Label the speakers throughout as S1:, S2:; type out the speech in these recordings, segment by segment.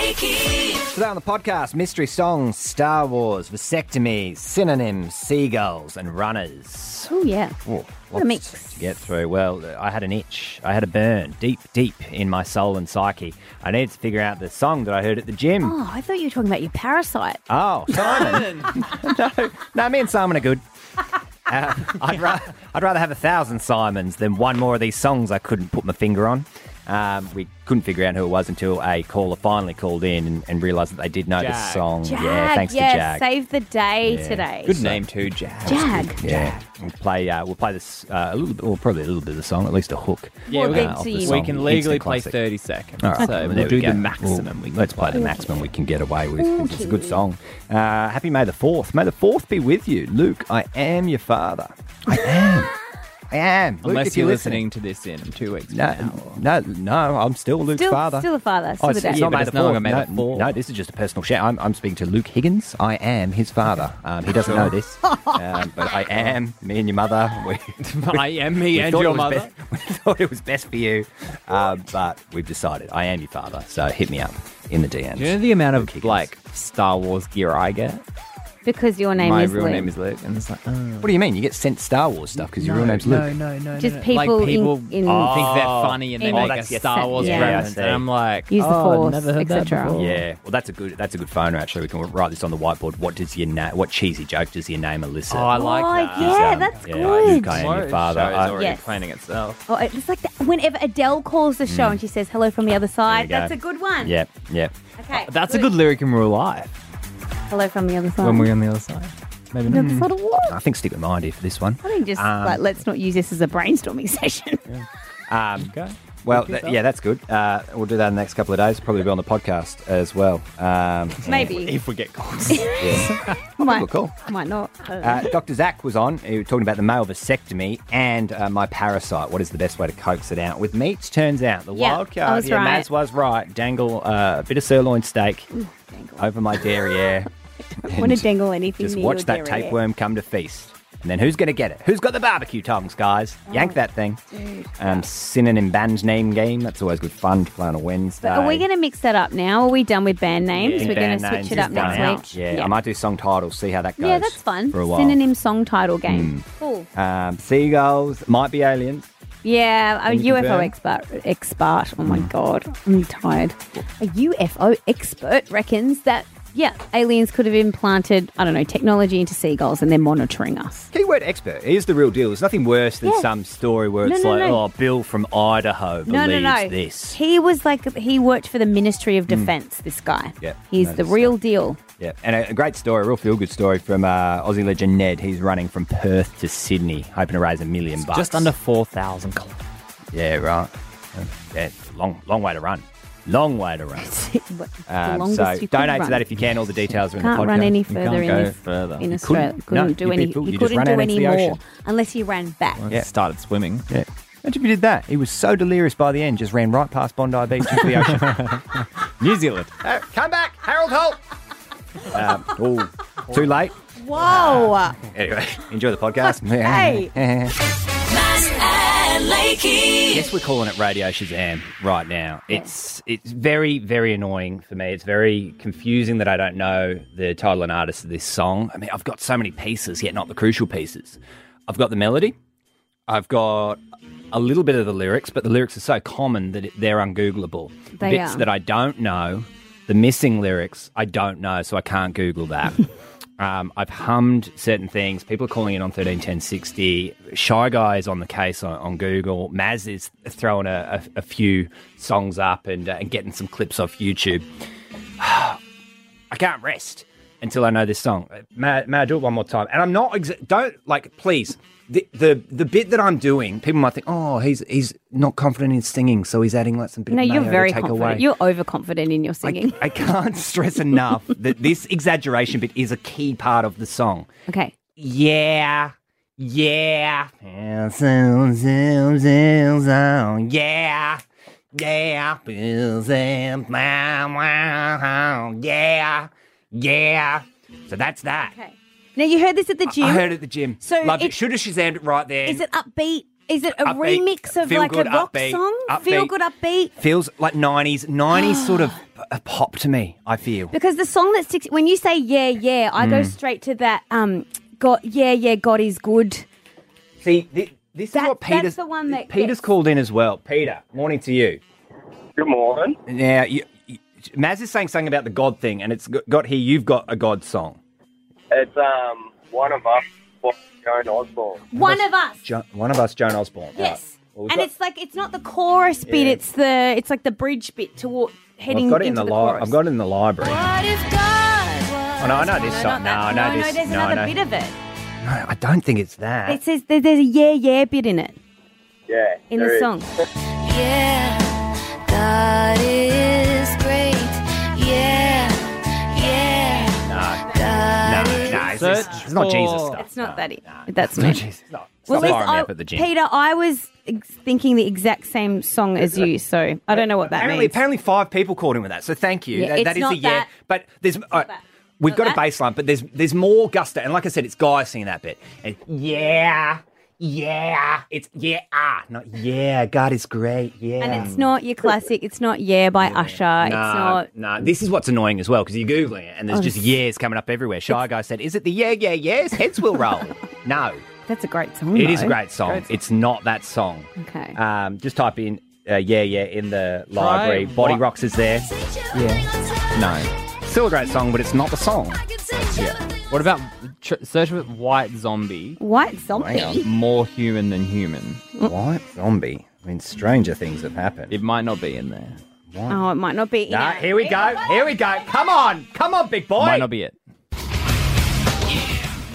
S1: Today on the podcast, mystery songs, Star Wars, vasectomy, synonyms, seagulls, and runners.
S2: Oh yeah.
S1: Whoa,
S2: What
S1: lots
S2: a mix.
S1: to get through. Well, I had an itch. I had a burn deep, deep in my soul and psyche. I needed to figure out the song that I heard at the gym.
S2: Oh, I thought you were talking about your parasite.
S1: Oh, Simon. no, no, me and Simon are good. Uh, I'd, ra- I'd rather have a thousand Simons than one more of these songs I couldn't put my finger on. Um, we couldn't figure out who it was until a caller finally called in and, and realised that they did know the
S3: Jag.
S1: song. Oh, yeah, thanks
S2: yes,
S1: to Jag.
S2: save the day
S1: Yeah.
S2: today.
S3: Good name too, Jazz.
S2: Jag.
S1: yeah, we'll play. Uh, we'll play this uh, a little bit, well, probably a little bit of the song, at least a hook. Uh,
S3: Yeah,
S2: Well,
S3: we,
S2: good
S3: can,
S2: to
S3: we
S2: you.
S1: song.
S3: can
S1: Instant
S3: legally play
S1: classic.
S3: 30 seconds.
S1: All right,
S3: So
S1: well,
S3: we'll
S1: there
S3: do
S1: we
S3: the
S1: go.
S3: maximum we
S1: We'll-
S3: can.
S1: let's play the maximum we can get away with. It's a good
S2: Okay.
S1: song. Uh, happy May the Fourth. May the Fourth be with you, Luke. I am your father. I am. I am. Luke,
S3: Unless
S1: if you're
S3: you're listening to this in two weeks.
S1: No,
S3: From now.
S1: no, no. I'm still Luke's
S2: Still,
S1: father.
S2: still a father. Still
S1: Oh,
S2: the
S1: it's,
S2: dad.
S1: it's
S3: Yeah,
S1: not
S3: but
S1: May
S3: it's
S1: the
S3: no
S1: Fourth.
S3: longer May
S1: no,
S3: the Fourth.
S1: no, this is just a personal shout. I'm, I'm speaking to Luke Higgins. I am his father. Um, he doesn't know this, um, but I am. Me and your mother. We,
S3: I am me
S1: we
S3: and
S1: thought it
S3: your
S1: was
S3: mother.
S1: best- we thought it was best for you, um, but we've decided I am your father. So hit me up in the DMs.
S3: Do you know the amount
S1: Luke
S3: of
S1: Higgins.
S3: like Star Wars gear I get?
S2: Because your name
S3: My
S2: is
S3: real
S2: Luke.
S3: name is Luke, and it's like, oh.
S1: What do you mean? You get sent Star Wars stuff because your real name's Luke.
S3: no, no.
S2: Just no.
S3: like
S2: people in-
S3: people
S2: in-
S3: think they're funny and they
S2: in- Oh,
S3: make a
S1: that's-
S3: Star Wars
S2: yeah, I
S3: reference,
S1: see.
S3: and I'm like,
S2: Use the
S3: oh, I've
S2: force,
S3: never heard that
S2: etc.
S3: before.
S1: Yeah, well, that's a good that's a good phone actually. We can write this on the whiteboard. What does your name? What cheesy joke does your name elicit?
S3: Oh, I
S2: Oh,
S3: like that.
S2: yeah,
S1: Um,
S2: that's
S1: yeah,
S2: good.
S1: Luke, I am
S3: Tomorrow's
S1: your father.
S3: show is
S1: I-
S3: already
S2: Yes.
S3: planning itself.
S2: Oh, it's like that. whenever Adele calls the show and she says hello from the other side.
S1: Mm. go.
S2: That's a good one.
S1: yeah, Uh, yeah.
S2: Okay.
S3: That's a good lyric in real life.
S2: hello from the other side.
S3: When we're on the other side, maybe
S2: the
S3: not.
S2: other side of what?
S1: I think stick with mine here for this one.
S2: I think just
S1: Um,
S2: like let's not use this as a brainstorming session.
S3: Okay.
S1: Well, th- yeah, that's good. Uh, we'll do that in the next couple of days. Probably be on the podcast as well. Um,
S2: Maybe.
S3: If we get caught.
S2: might,
S1: cool.
S2: might not. I don't know.
S1: Uh, Dr. Zach was on. He was talking about the male vasectomy and uh, my parasite. What is the best way to coax it out? With meats, turns out the
S2: Yeah,
S1: wild
S2: I
S1: card.
S2: was
S1: yeah,
S2: right.
S1: Maz was right. Dangle uh, a bit of sirloin steak
S2: Dangle.
S1: over my derriere.
S2: want to
S1: and
S2: dangle anything
S1: Just
S2: near
S1: watch
S2: your
S1: that
S2: derriere.
S1: tapeworm come to feast. And then who's going to get it? Who's got the barbecue tongs, guys?
S2: Oh.
S1: Yank that thing. Um, synonym band name game. That's always good fun to play on a Wednesday.
S2: But are we going to mix that up now? Are we done with band
S1: I
S2: names?
S1: think
S2: We're going
S1: band
S2: to
S1: names
S2: switch it
S1: is
S2: up next
S1: done out.
S2: week.
S1: Yeah, I might do song titles, see how that goes.
S2: Yeah, that's fun.
S1: For a while.
S2: Synonym song title game. Cool.
S1: Um, seagulls might be aliens.
S2: Yeah, a
S1: you can
S2: UFO
S1: burn.
S2: expert. Expert. Oh my god, I'm tired. A UFO expert reckons that yeah, aliens could have implanted I don't know technology into seagulls and they're monitoring us.
S1: Keyword expert is the real deal. There's nothing worse than
S2: Yeah.
S1: some story where
S2: No,
S1: it's
S2: no,
S1: like,
S2: no.
S1: oh, Bill from Idaho believes
S2: No, no, no.
S1: this.
S2: He was like he worked for the Ministry of Defence. This guy.
S1: Yeah,
S2: He's
S1: no,
S2: the
S1: this
S2: real deal.
S1: Yeah, and a, a great story, a real feel good story from uh, Aussie legend Ned. He's running from Perth to Sydney, hoping to raise a million bucks.
S3: Just under 4,000 kilometers.
S1: Yeah, right. Yeah, long, long way to run. Long way to run.
S2: the
S1: Um,
S2: longest
S1: so
S2: you could
S1: donate
S2: run.
S1: to that if you can. All the details are in
S2: Can't
S1: the podcast.
S2: run any
S1: You
S2: further
S1: can't
S2: in
S1: go
S2: this-
S1: further.
S2: in
S1: You
S2: Australia.
S1: couldn't,
S2: Couldn't,
S1: no,
S2: do
S1: you'd be
S2: any.
S1: fooled.
S2: You,
S1: You'd just
S2: couldn't
S1: run
S2: do
S1: out into
S2: any
S1: the
S2: more
S1: ocean.
S2: unless you ran back.
S1: Yeah.
S3: Started swimming.
S1: Yeah. Imagine if you did that. He was so delirious by the end, just ran right past Bondi Beach into the ocean.
S3: New Zealand.
S1: Uh, come back, Harold Holt. um, ooh, too late.
S2: Whoa!
S1: Anyway, enjoy the podcast.
S2: Hey.
S1: Yes, we're calling it Radio Shazam right now. It's it's very very annoying for me. It's very confusing that I don't know the title and artist of this song. I mean, I've got so many pieces, yet not the crucial pieces. I've got the melody. I've got a little bit of the lyrics, but the lyrics are so common that it- they're ungoogleable.
S2: They
S1: Bits
S2: are.
S1: that I don't know, the missing lyrics, I don't know, so I can't Google that. um, I've hummed certain things. People are calling in on 131060. Shy Guy is on the case on, on Google. Maz is throwing a, a, a few songs up and, uh, and getting some clips off YouTube. I can't rest until I know this song. May, I- may I do it one more time? And I'm not ex- don't like please the, the the bit that I'm doing. People might think, oh, he's he's not confident in singing, so he's adding like some bit
S2: No,
S1: of
S2: you're
S1: mayo
S2: very
S1: to take
S2: confident.
S1: away.
S2: You're overconfident in your singing.
S1: I, I can't stress enough that this exaggeration bit is a key part of the song.
S2: okay.
S1: Yeah. Yeah. Yeah. so, so, so, so, Yeah. Yeah. Bills and blah, blah, blah, Yeah. Yeah. So that's that.
S2: Okay. Now you heard this at the gym.
S1: I heard it at the gym.
S2: So
S1: Loved it.
S2: it's-
S1: Should have Shazammed it right there.
S2: Is it upbeat? Is it a
S1: Upbeat,
S2: remix of
S1: feel
S2: like
S1: good,
S2: a rock
S1: upbeat,
S2: song? Feel
S1: upbeat.
S2: good upbeat.
S1: Feels like 90s, 90s sort of uh, pop to me, I feel.
S2: Because the song that sticks when you say yeah yeah, I
S1: Mm.
S2: go straight to that um God yeah yeah God is good.
S1: See, thi- this is
S2: That-
S1: what
S2: that's
S1: Peter's,
S2: the one that
S1: Peter's
S2: gets-
S1: called in as well. Peter, morning to you.
S4: Good morning.
S1: Now, you, you, Maz is saying something about the God thing, and it's got, got here, you've got a God song.
S4: It's um one of us, Joan Osborne.
S2: One of us.
S1: Jo- one of us, Joan Osborne.
S2: Yes.
S1: Right. Well, we've
S2: and
S1: got-
S2: it's like it's not the chorus bit,
S1: Yeah.
S2: it's the it's like the bridge bit toward heading
S1: I've got it in
S2: into
S1: the,
S2: the
S1: li-
S2: chorus.
S1: I've got it in the library.
S2: What if God
S1: Oh, no, I know this song.
S2: not that.
S1: No, I know
S2: no,
S1: this.
S2: there's
S1: No,
S2: another
S1: no. Uh,
S2: bit of it.
S1: No, I don't think it's that.
S2: It says there, there's a yeah yeah bit in it
S4: Yeah.
S2: in
S4: there
S2: the
S4: is.
S2: song.
S5: Yeah, God is great. Yeah, yeah,
S1: no,
S5: God
S1: no,
S5: is
S1: no. It's,
S3: Search
S1: it's, it's not Jesus
S3: for-
S1: stuff.
S2: It's not
S1: No,
S2: that. It,
S1: no.
S2: that's
S1: It's not
S2: me.
S1: Jesus. No, it's
S2: Well,
S1: not
S2: listen,
S1: firing me
S2: I-
S1: up at the gym.
S2: Peter, I was ex- thinking the exact same song as you, so I don't know what that
S1: apparently,
S2: means.
S1: apparently five people caught him with that. So thank you.
S2: Yeah,
S1: That-
S2: it's
S1: that is
S2: not
S1: a yeah.
S2: that.
S1: But there's uh,
S2: that.
S1: we've
S2: Not
S1: got
S2: that.
S1: a baseline, but there's there's more gusto. And like I said, it's guys singing that bit. And yeah, yeah, it's yeah, ah, not yeah. God is great. Yeah.
S2: and it's not your classic. It's not Yeah by Usher. it's not.
S1: No, this is what's annoying as well because you're googling it and there's
S2: Oh,
S1: just
S2: it's-
S1: yeahs coming up everywhere. Shy guy said, "Is it the yeah, yeah, yes? Heads will roll." no,
S2: That's a great song.
S1: it is a
S2: though.
S1: great song. It's not that song.
S2: Okay.
S1: Um, just type in uh, yeah, yeah in the library. Body
S3: what-
S1: Rocks is there.
S5: Yeah.
S3: No.
S1: Still a great song, but it's not the song.
S3: What about tr- search with white zombie?
S2: White zombie.
S3: More human than human.
S1: White zombie. I mean, stranger things have happened.
S3: It might not be in there.
S2: Oh, it might not be. in
S1: Nah,
S2: it.
S1: here we go. Here we go. Come on. Come on, big boy.
S3: Might not be it.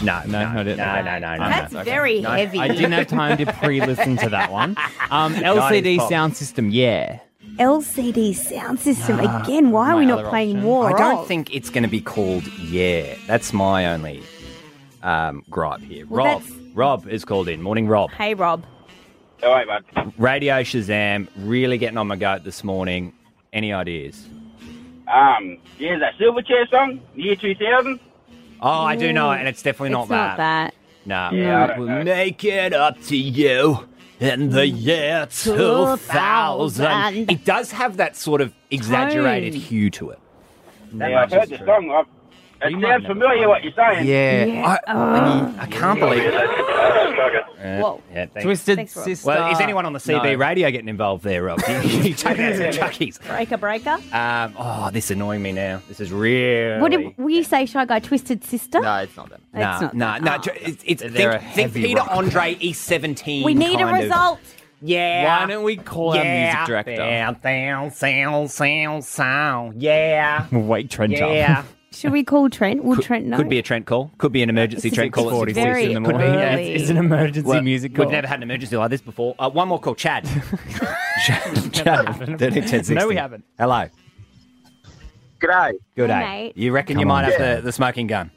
S1: No, no,
S3: no,
S1: no, no,
S3: it-
S1: no, no, no.
S2: That's very heavy.
S3: I didn't have time to pre-listen to that one. Um,
S1: Nineties
S3: LCD
S1: pop.
S3: sound system, yeah.
S2: LCD sound system again. Why are we
S3: My
S2: not
S3: other
S2: playing
S3: option.
S2: more?
S1: I don't
S2: of?
S1: think it's going to be called Yeah. That's my only um, gripe here.
S2: Well,
S1: Rob.
S2: that's-
S1: Rob is called in. Morning, Rob.
S2: Hey, Rob.
S4: All right, man.
S1: Radio Shazam. Really getting on my goat this morning. Any ideas?
S4: Um, yeah, that Silverchair song, Year 2000.
S1: Oh, I do know it, and it's definitely not
S2: it's
S1: that. No.
S2: not that.
S4: Yeah, I don't
S1: we'll
S4: know.
S1: make it up to you in the year 2000. It does have that sort of exaggerated
S2: Tone.
S1: hue to it. That
S4: Yeah, I've
S1: much is
S4: heard the
S1: true.
S4: song. I've,
S3: You might
S4: it sounds
S3: never
S4: familiar what you're saying.
S1: Yeah.
S2: Yeah. Oh.
S1: I, I can't believe
S4: Yeah,
S1: it.
S4: that's- that's okay.
S1: Yeah,
S2: Whoa.
S1: yeah, thank-
S3: Twisted
S2: Thanks, Rob.
S3: Sister.
S1: Well, is anyone on the CB
S3: No.
S1: radio getting involved there, Rob? you taking out some chuckies.
S2: Breaker, breaker.
S1: Um, oh, this is annoying me now. This is really.
S2: What did, will you say, Shy Guy? Twisted Sister?
S3: No, it's not them.
S1: Nah,
S2: It's not
S1: nah,
S2: that.
S1: nah.
S2: Oh.
S1: ju- It's, it's
S3: They're a
S1: think, think
S3: heavy
S1: Peter
S3: rock
S1: Andre E17.
S2: We need a
S1: kind of-
S2: result.
S1: Yeah.
S3: Why don't we call our music director?
S1: Down, down, sound, sound, sound. Yeah.
S3: Wake Trent
S1: Yeah.
S2: Should we call Trent? Will Trent know?
S1: Could be a Trent call. Could be an emergency
S2: This is
S1: Trent call. at
S2: 46
S1: 6:46
S2: very
S1: in the morning.
S2: early.
S1: Yeah.
S3: It's, it's an emergency
S1: Well,
S3: music call.
S1: We've never had an emergency like this before. Uh, one more call, Chad. Chad, Chad. 13, 10,
S3: No, we
S1: 16.
S3: haven't.
S1: Hello.
S4: G'day.
S1: Good
S2: Hey,
S1: day.
S2: mate.
S1: You reckon you
S3: Come
S1: might
S3: on,
S1: have the, the smoking gun,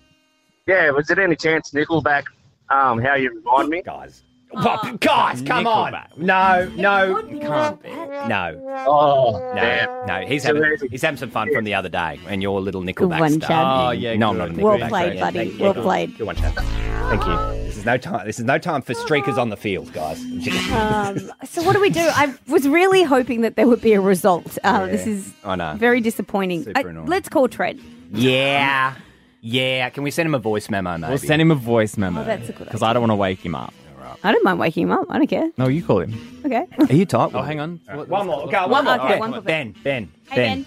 S4: Yeah, was it any chance Nickelback, um, how you remind me?
S1: guys? Oh, guys, come on!
S3: Nickelback.
S1: No, no,
S2: Good
S3: can't
S2: boy.
S1: no,
S4: Oh,
S1: no, no. He's
S4: It's
S1: having
S4: amazing.
S1: he's having some fun from the other day, and your little Nickelback
S2: one,
S1: stuff.
S2: Chad.
S3: Oh, yeah,
S1: no, I'm
S3: good.
S1: not a Nickelback.
S2: Well played,
S1: fan.
S2: buddy.
S1: Thank you.
S2: Well
S1: good
S2: played.
S1: Good one, Chad. Thank you. This is no time. This is no time for streakers on the field, guys.
S2: Um, so what do we do? I was really hoping that there would be a result. Uh, This
S1: Yeah.
S2: is
S1: I know.
S2: very disappointing.
S1: Super
S2: Uh,
S1: annoying.
S2: let's call Trent.
S1: Yeah, yeah. Can we send him a voice memo, mate?
S3: We'll send him a voice memo.
S2: Oh, that's a good
S3: Because I don't want to wake him up.
S2: I don't mind waking him up. I don't care.
S3: No, you call him.
S2: Okay.
S1: Are you tight?
S3: Oh, hang on. What-
S1: One more. Go.
S2: one
S1: One more.
S2: more. Okay, one more.
S1: Ben. Ben.
S2: Hey, Ben.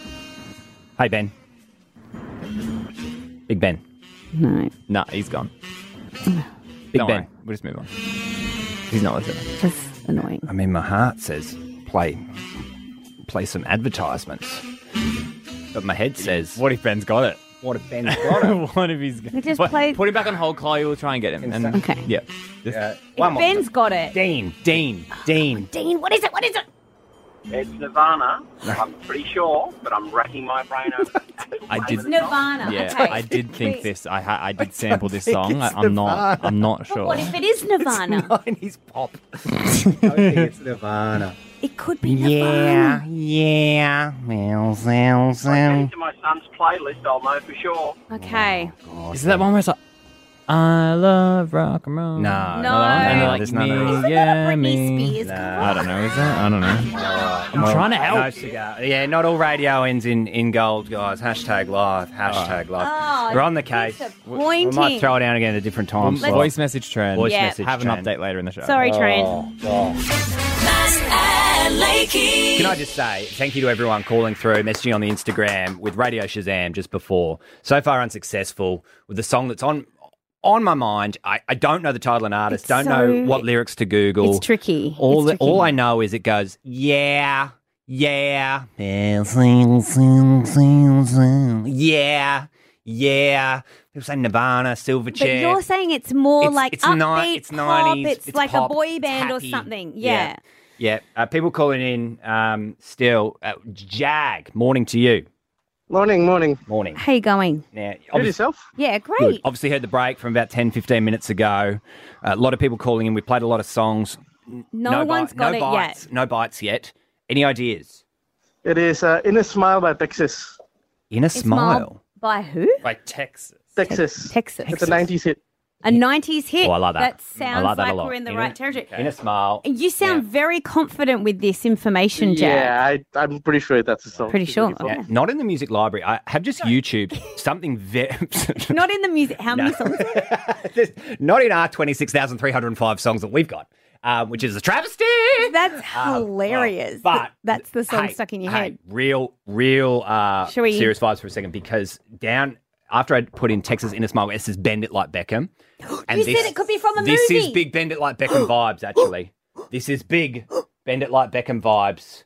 S1: Ben. Hey Ben. Big Ben.
S2: No,
S3: Nah, he's gone.
S1: Big
S3: Don't
S1: Ben.
S3: worry. We'll just move on. He's not listening.
S2: that's annoying.
S1: I mean, my heart says play, play some advertisements, but my head says
S3: What if Ben's got it?
S1: What if Ben's
S3: what if he's got
S2: We just
S3: Put-
S2: played-
S3: Put him back on hold, Chloe. We'll try and get him. And,
S2: Okay.
S3: Yeah.
S1: Yeah.
S2: If Ben's got it.
S1: Dean. Dean. Dean.
S2: Dean, what is it? What is it?
S4: It's Nirvana. I'm pretty sure, but I'm racking my brain over.
S3: I did.
S2: Nirvana.
S3: Yeah,
S2: okay.
S3: I did think this. I ha- I did sample this
S1: think
S3: song. I,
S1: it's
S3: I'm not. I'm not
S2: But
S3: sure.
S2: What if it is Nirvana?
S1: Nineties pop. it's Nirvana.
S2: It could be Nirvana.
S1: Yeah. Yeah. Well, sounds.
S4: If I get into my son's playlist, I'll know for sure.
S2: Okay.
S1: Oh
S3: Is that one where it's like, I love rock and roll.
S1: No,
S2: No. I
S1: no,
S2: don't
S1: no,
S3: like
S1: there's none
S3: me.
S1: of that.
S3: Yeah,
S2: Britney
S3: me.
S2: Spears.
S1: Nah.
S2: come on.
S1: I
S3: I don't know. Is that? I don't know.
S1: I'm
S3: trying to help.
S1: No cigar. Yeah, not all radio ends in, in gold, guys. Hashtag live. Hashtag live.
S2: Oh,
S1: We're on the case. We, we
S2: disappointing.
S1: might throw it down again at a different time. slot.
S3: Voice message trend.
S1: Voice
S2: Yeah.
S1: message.
S3: Have an
S1: trend.
S3: update later in the show.
S2: Sorry, Trent.
S1: Can I just say thank you to everyone calling through, messaging on the Instagram with Radio Shazam just before. So far unsuccessful with the song that's on on my mind. I, I don't know the title and artist.
S2: It's
S1: don't
S2: so-
S1: know what lyrics to Google.
S2: It's tricky.
S1: All
S2: It's
S1: the-
S2: tricky.
S1: all I know is it goes yeah yeah yeah yeah. People say Nirvana, Silverchair.
S2: But you're saying it's more
S1: It's-
S2: like
S1: it's ni-
S2: upbeat
S1: it's
S2: pop.
S1: 90s,
S2: It's,
S1: it's
S2: like
S1: pop,
S2: a boy
S1: it's
S2: band or
S1: happy.
S2: something.
S1: Yeah.
S2: Yeah.
S1: yeah, uh, people calling in um, still. Uh, Jag, morning to you.
S6: Morning, morning.
S1: Morning.
S2: How you going?
S1: Now,
S6: Good
S1: obviously,
S6: yourself.
S2: Yeah,
S1: good. Oh,
S2: great.
S1: obviously heard the break from about 10, 15 minutes ago. a lot of people calling in. We played a lot of songs.
S2: No,
S1: bi-
S2: one's got
S1: no
S2: it
S1: bites,
S2: yet.
S1: No bites yet. Any ideas?
S6: It is uh, In a Smile by Texas.
S1: In a
S2: It's
S1: smile.
S2: mild. By who?
S3: Like Texas.
S6: Texas.
S2: Texas.
S6: It's a 90s hit.
S2: A 90s hit.
S1: Oh, I like that.
S2: That
S1: I like
S2: sounds like,
S1: that a lot.
S2: we're in the
S1: Yeah.
S2: right territory.
S1: In a smile.
S2: And You sound very confident with this information, Jack.
S6: Yeah, I, I'm pretty sure that's the song.
S2: Pretty
S6: she's
S2: sure.
S6: looking for.
S1: Yeah, Uh, not in the music library. I have just YouTube something very.
S2: Not in the music. How many songs?
S1: There's- not in our 26,305 songs that we've got, um, which is a travesty.
S2: That's
S1: Um,
S2: hilarious.
S1: well,
S2: Th- that's the song
S1: hey,
S2: stuck in your
S1: hey,
S2: head.
S1: Real, real uh,
S2: Shall we-
S1: serious vibes for a second because down after I put in Texas in a smile, it says Bend It Like Beckham. And
S2: You said it could be from a
S1: This is
S2: movie.
S1: big Bend It Like Beckham vibes, actually. This is big Bend It Like Beckham vibes.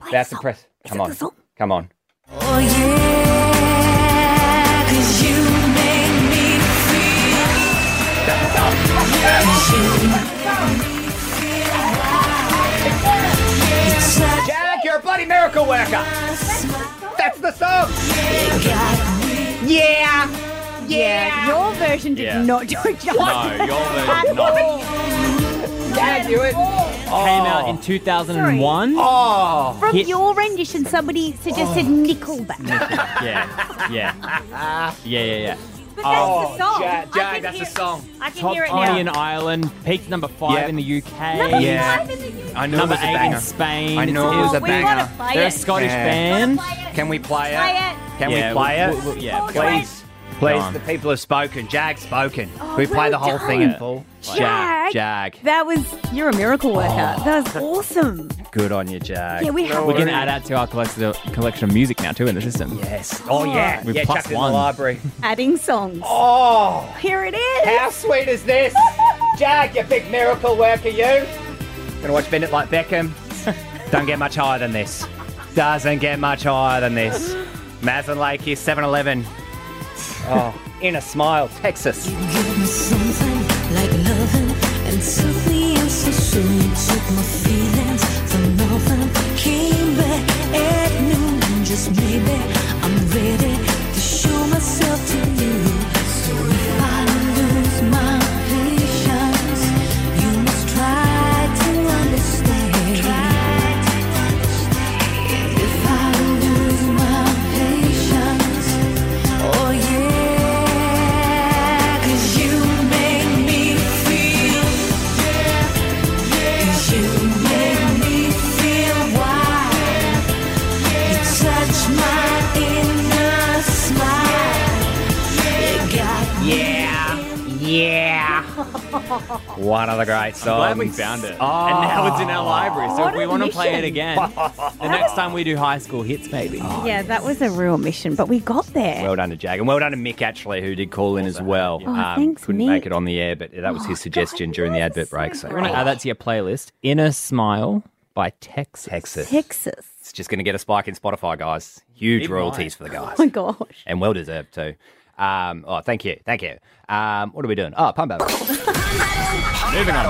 S2: Play
S1: That's
S2: the
S1: the
S2: song.
S1: press.
S2: Is
S1: Come
S2: it
S1: on.
S2: the song?
S1: Come on.
S5: Oh yeah, 'cause you make me feel.
S1: Jack, you're a bloody miracle worker. That's the song. Yeah.
S2: Yeah. Your version did
S1: Yeah.
S2: not do it justice.
S1: No, your version not. Dad, do it.
S3: Came out in 2001.
S1: Oh.
S2: From
S3: Hit-
S2: your rendition, somebody suggested Nickelback.
S3: Yeah. Yeah. Yeah. Yeah. Yeah.
S2: But that's
S1: Oh,
S2: the song.
S1: Jack,
S2: I
S1: Jack,
S2: can
S1: that's
S2: hear
S1: the
S2: it.
S1: song.
S2: I can
S3: Top
S2: hear it
S3: 20 in
S2: now.
S3: Ireland, peaked number five
S1: Yep.
S3: in the UK.
S2: Number
S1: Yeah.
S2: five in the UK.
S1: I know
S3: Number
S1: it was a
S3: eight
S1: banger.
S3: in Spain.
S1: I know
S3: It's-
S1: it was a
S2: we gotta
S1: banger.
S2: play
S3: They're a
S2: it.
S3: Scottish
S1: Yeah.
S3: band.
S1: Can we play it?
S2: Play it.
S1: Can
S3: Yeah,
S1: we play
S3: we'll-
S1: it?
S3: we'll- we'll- yeah,
S2: Oh, play
S1: please. Please,
S3: Go on.
S1: the people have spoken. Jag spoken.
S2: Oh,
S1: we play
S2: well
S1: the whole thing in
S2: done.
S1: full.
S2: Jag.
S1: Jag.
S2: That was you're a miracle worker.
S1: Oh.
S2: That was awesome.
S1: Good on you, Jag.
S2: Yeah, we have.
S3: We can add that to our collection of, collection of music now too in the system.
S1: yes. Oh, yeah.
S3: We've
S1: yeah,
S3: plus
S1: chucked it in
S3: one.
S1: the library.
S2: adding songs.
S1: Oh.
S2: Here it is.
S1: How sweet is this? Jag, you big miracle worker, you. Gonna watch Bennett like Beckham. Don't get much higher than this. Doesn't get much higher than this. Maslin Lake here, 7 Eleven. Oh, in a smile, Texas.
S5: Give me something like loving and took me in so soon. Took my feelings for nothing. Came back at noon. and Just maybe I'm ready to show myself to you. So if I lose my patience, you must try to understand. If I lose my patience, oh yeah, 'cause you make me feel, 'cause you make me feel wild. You touch my inner smile. You got
S1: Yeah, yeah. One of the great songs.
S3: Glad we found it.
S1: Oh.
S3: And now it's in our library. So
S2: What
S3: if we
S2: a
S3: want to play it
S2: mission.
S3: again, the next time we do high school hits, maybe.
S1: Oh.
S2: Yeah, that was a real mission, but we got there.
S1: Well done to Jag, and well done to Mick actually, who did call in as well. Um,
S2: Oh, thanks,
S1: couldn't
S2: Mick. Oh,
S1: make it on the air, but that was his suggestion during the
S2: that's
S1: advert
S2: so
S1: break. So uh,
S2: great.
S3: We're going to add that to your playlist. Inner Smile by Texas.
S1: Texas,
S2: Texas.
S1: it's just going to get a spike in Spotify, guys. Huge
S3: It might.
S1: royalties for the guys.
S2: Oh my gosh.
S1: and well deserved too. Um, oh, thank you, thank you. Um, what are we doing? Oh, pun battle. Moving on.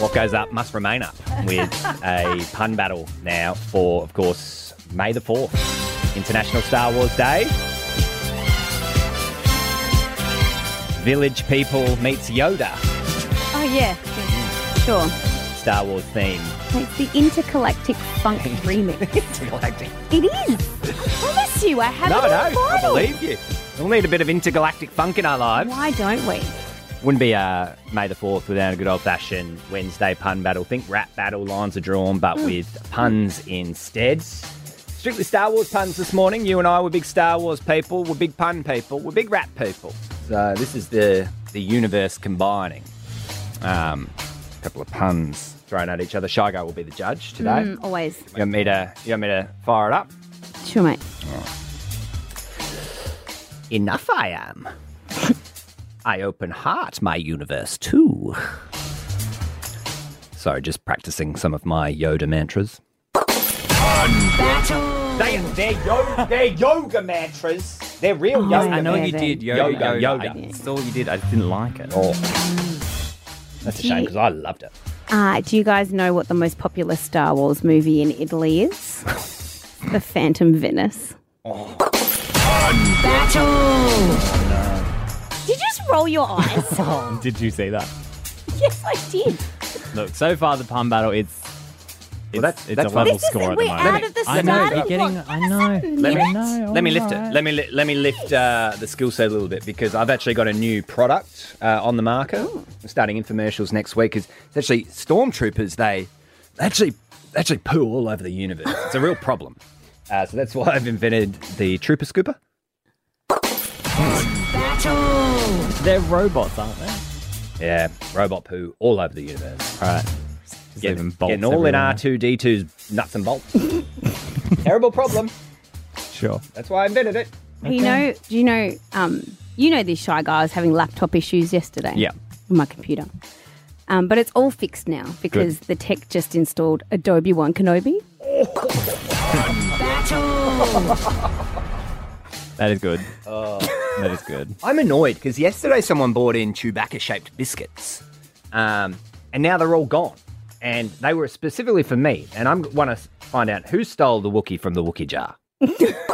S1: What goes up must remain up with a pun battle now for, of course, May the fourth, International Star Wars Day. Village people meets Yoda,
S2: Oh yeah. Sure.
S1: Star Wars theme.
S2: It's the intergalactic funk remix.
S1: Galactic.
S2: It is. I promise you, I have
S1: No,
S2: it on
S1: no, I
S2: vinyl.
S1: believe you. We'll need a bit of intergalactic funk in our lives.
S2: Why don't we?
S1: Wouldn't be uh, May the 4th without a good old fashioned Wednesday pun battle. Think rap battle, lines are drawn, but with puns instead. Strictly Star Wars puns this morning. You and I were big Star Wars people, we're big pun people, we're big rap people. So this is the, the universe combining. Um, a couple of puns thrown at each other. Shygo will be the judge today.
S2: Mm, always.
S1: You, want me to, you want me to fire it up?
S2: Sure, mate.
S1: Enough I am. I open heart my universe too. Sorry, just practicing some of my Yoda mantras. They, they're, yo- they're yoga mantras. They're real yoga
S3: I know
S2: yeah,
S1: mantras.
S3: you
S2: then.
S3: did yoga.
S1: Yoga,
S3: yoga.
S1: yoga.
S3: I saw you did. I just didn't like it.
S1: Oh. That's a shame because I loved it.
S2: Uh, do you guys know what the most popular Star Wars movie in Italy is? the Phantom Venice. Did you just roll your eyes?
S3: Did you see that?
S2: yes, I did.
S3: Look, so far the pun battle, it's it's,
S1: that's-
S3: it's
S1: that's
S3: a
S1: what-
S3: level
S2: This is-
S3: score at
S2: we're
S3: the
S2: out
S3: moment.
S2: of the
S3: I know.
S2: starting
S3: You're getting.
S2: block.
S3: I know.
S2: Let me-
S3: I know,
S1: Let me
S3: all
S1: lift
S3: right.
S1: it. Let me li- let me lift uh, the skill set a little bit because I've actually got a new product uh, on the market. I'm starting infomercials next week. 'cause It's actually stormtroopers. They they actually they actually poo all over the universe. It's a real problem. Uh, so that's why I've invented the trooper scooper.
S3: They're robots, aren't they?
S1: Yeah, robot poo all over the universe.
S3: All right. Just
S1: Getting,
S3: leaving bolts
S1: getting all in
S3: everywhere.
S1: R two D 2s nuts and bolts. Terrible problem.
S3: Sure.
S1: That's why I invented it.
S2: You know, do you know, um, you know this shy guy was having laptop issues yesterday.
S3: Yeah.
S2: On my computer. Um, but it's all fixed now because the tech just installed Adobe One Kenobi.
S3: That is good. That is good.
S1: I'm annoyed because yesterday someone bought in Chewbacca shaped biscuits, um, and now they're all gone. And they were specifically for me. And I am want to find out who stole the Wookiee from the Wookiee jar.
S2: Lakey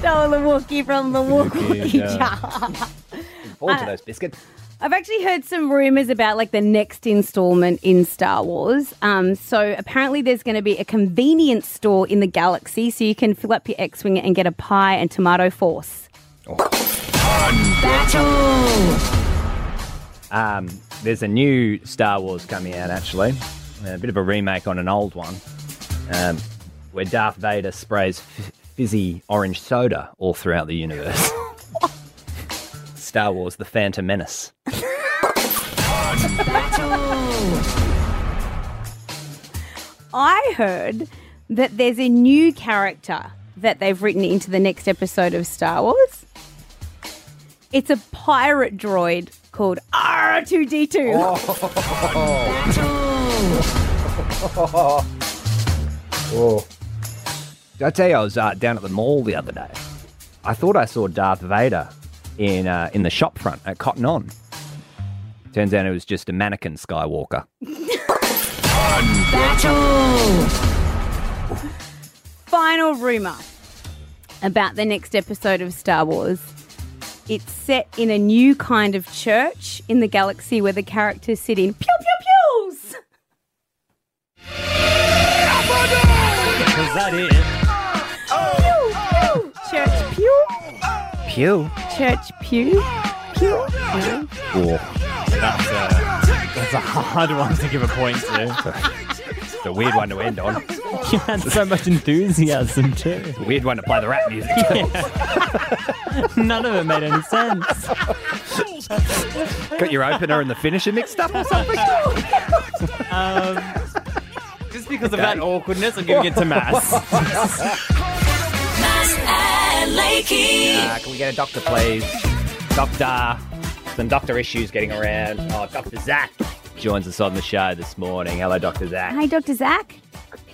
S2: stole the Wookiee from the Wookiee
S3: yeah.
S2: jar.
S1: All to those biscuits.
S2: I've actually heard some rumors about like the next installment in Star Wars. Um, so apparently there's going to be a convenience store in the galaxy, so you can fill up your X-wing and get a pie and tomato force.
S1: Um, there's a new Star Wars coming out, actually. A bit of a remake on an old one, um, where Darth Vader sprays f- fizzy orange soda all throughout the universe. Star Wars The Phantom Menace.
S2: I heard that there's a new character that they've written into the next episode of Star Wars. It's a pirate droid called R2D2.
S1: Did I tell you I was uh, down at the mall the other day? I thought I saw Darth Vader in uh, in the shop front at Cotton On. Turns out it was just a mannequin Skywalker.
S2: Final rumor about the next episode of Star Wars. It's set in a new kind of church in the galaxy where the characters sit in pew pew pews.
S3: Is that it?
S2: Pew,
S1: Pew.
S2: pew. Church pew. Church pew. Pew. pew.
S3: That's a, that's a hard one to give a point to.
S1: It's a weird one to end on.
S3: You had so much enthusiasm too.
S1: Weird one to play the rap music.
S3: None of it made any sense.
S1: Got your opener and the finisher mixed up or something?
S3: Um, Just because of that awkwardness, I'm giving it to Mass.
S5: Mass and Lakey.
S1: Uh, can we get a doctor, please? Doctor. Some doctor issues getting around. Oh, Dr. Zach joins us on the show this morning. Hello, Dr. Zach.
S2: Hey, Dr. Zach.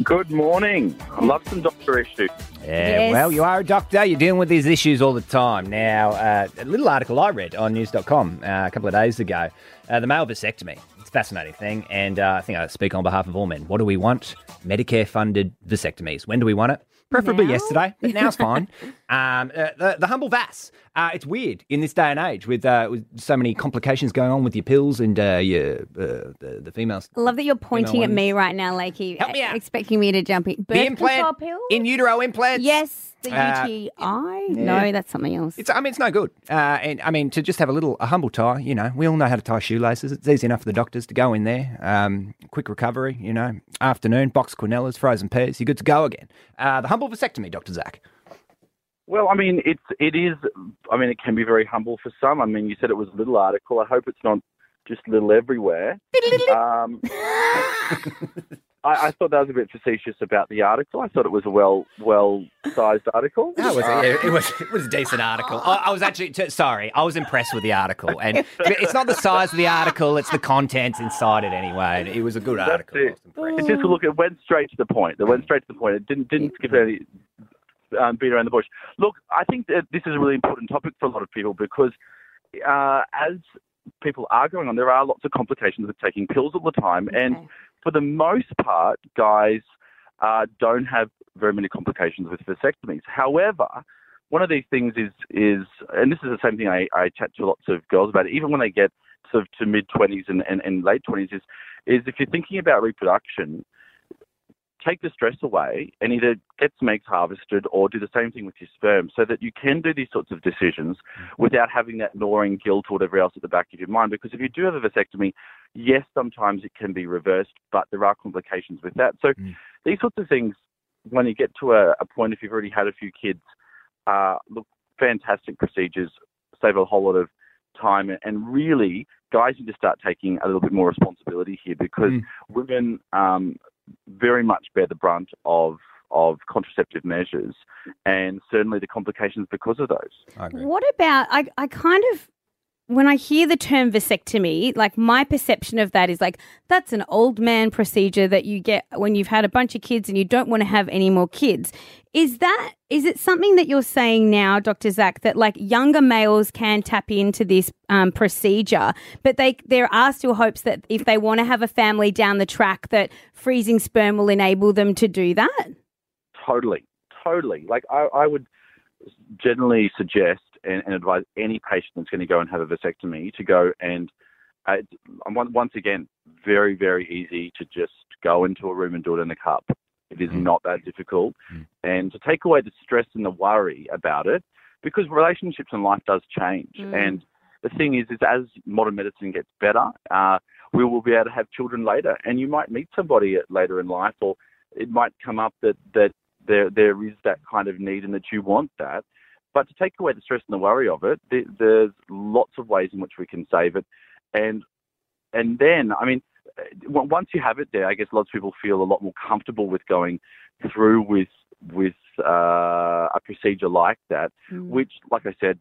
S4: Good morning. I love some doctor issues.
S1: Yeah,
S2: Yes.
S1: Uh, well, you are a doctor. You're dealing with these issues all the time. Now, uh, a little article I read on news.com uh, a couple of days ago uh, the male vasectomy. It's a fascinating thing. And uh, I think I speak on behalf of all men. What do we want? Medicare funded vasectomies. When do we want it? Preferably
S2: Now?
S1: yesterday, but now's fine. Um, uh, the, the humble Vass. Uh, it's weird in this day and age with, uh, with so many complications going on with your pills and uh, your uh, the, the females.
S2: I love that you're pointing at
S1: ones.
S2: me right now, Lakey,
S1: Help me
S2: e-
S1: out.
S2: expecting me to jump in. Birth
S1: the implant,
S2: control pill?
S1: in utero implants.
S2: yes, the
S1: Uh,
S2: UTI. No, that's something else.
S1: It's, I mean, it's no good. Uh, and I mean, to just have a little a humble tie, you know, we all know how to tie shoelaces. It's easy enough for the doctors to go in there. Um, quick recovery, you know, afternoon, box quinellas, frozen peas, you're good to go again. Uh, the humble vasectomy, Dr. Zach.
S7: Well, I mean, it's it is. I mean, it can be very humble for some. I mean, you said it was a little article. I hope it's not just little everywhere. um, I, I thought that was a bit facetious about the article. I thought it was a well well sized article.
S1: No, it was, it, was, it was a decent article. I, I was actually, t- sorry, I was impressed with the article. And it's not the size of the article, it's the contents inside it anyway. And It was a good article. I was impressed.
S7: It just look. It went straight to the point. It went straight to the point. It didn't didn't skip any um, beat around the bush. Look, I think that this is a really important topic for a lot of people because uh, as people are going on, there are lots of complications of taking pills all the time, and
S2: Okay.
S7: for the most part, guys uh, don't have very many complications with vasectomies. However, one of these things is is, and this is the same thing I, I chat to lots of girls about, even when they get sort of to mid twenties and, and, and late twenties, is is if you're thinking about reproduction, take the stress away and either get some eggs harvested or do the same thing with your sperm so that you can do these sorts of decisions without having that gnawing guilt or whatever else at the back of your mind. Because if you do have a vasectomy, yes, sometimes it can be reversed, but there are complications with that. So
S1: Mm.
S7: these sorts of things, when you get to a, a point, if you've already had a few kids, uh, look, fantastic procedures, save a whole lot of time. And really, guys need to start taking a little bit more responsibility here because
S1: Mm.
S7: women um, very much bear the brunt of of contraceptive measures and certainly the complications because of those.
S1: I agree.
S2: What about I, I kind of when I hear the term vasectomy, like my perception of that is like that's an old man procedure that you get when you've had a bunch of kids and you don't want to have any more kids. Is that is it something that you're saying now, Dr. Zach, that like younger males can tap into this um, procedure, but they there are still hopes that if they want to have a family down the track, that freezing sperm will enable them to do that?
S7: Totally, totally. Like I, I would generally suggest and, and advise any patient that's going to go and have a vasectomy to go and uh, and on- once again, very very easy to just go into a room and do it in a cup. It is
S1: Mm.
S7: not that difficult,
S1: Mm.
S7: and to take away the stress and the worry about it, because relationships and life does change.
S2: Mm.
S7: And the thing is, is as modern medicine gets better, uh, we will be able to have children later, and you might meet somebody at- later in life, or it might come up that that there there is that kind of need and that you want that. But to take away the stress and the worry of it, th there's lots of ways in which we can save it, and and then I mean, uh, w- once you have it there, I guess lots of people feel a lot more comfortable with going through with with uh, a procedure like that, which, like I said,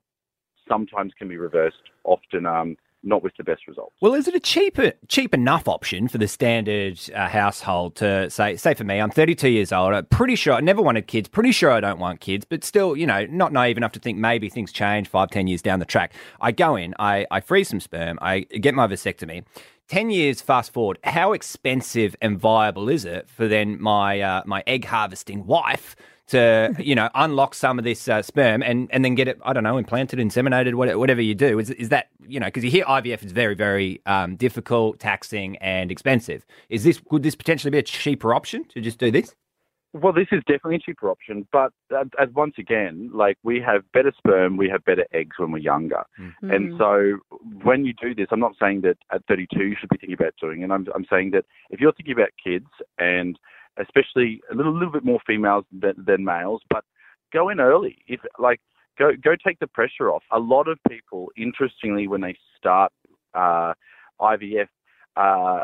S7: sometimes can be reversed, often um, not with the best results.
S1: Well, is it a cheaper, cheap enough option for the standard uh, household to say, say for me, I'm 32 years old. I'm pretty sure I never wanted kids. Pretty sure I don't want kids, but still, you know, not naive enough to think maybe things change five, 10 years down the track. I go in, I, I freeze some sperm, I get my vasectomy. 10 years fast forward, how expensive and viable is it for then my, uh, my egg harvesting wife? To you know, unlock some of this uh, sperm and and then get it, I don't know, implanted, inseminated, whatever, whatever you do. Is is that you know? Because you hear IVF is very, very um, difficult, taxing, and expensive. Is this could this potentially be a cheaper option to just do this?
S7: Well, this is definitely a cheaper option, but uh, as once again, like we have better sperm, we have better eggs when we're younger,
S2: Mm.
S7: and so when you do this, I'm not saying that at 32 you should be thinking about doing, it. I'm I'm saying that if you're thinking about kids and especially a little little bit more females than, than males, but go in early. If like go go take the pressure off. A lot of people, interestingly, when they start uh, IVF. Uh,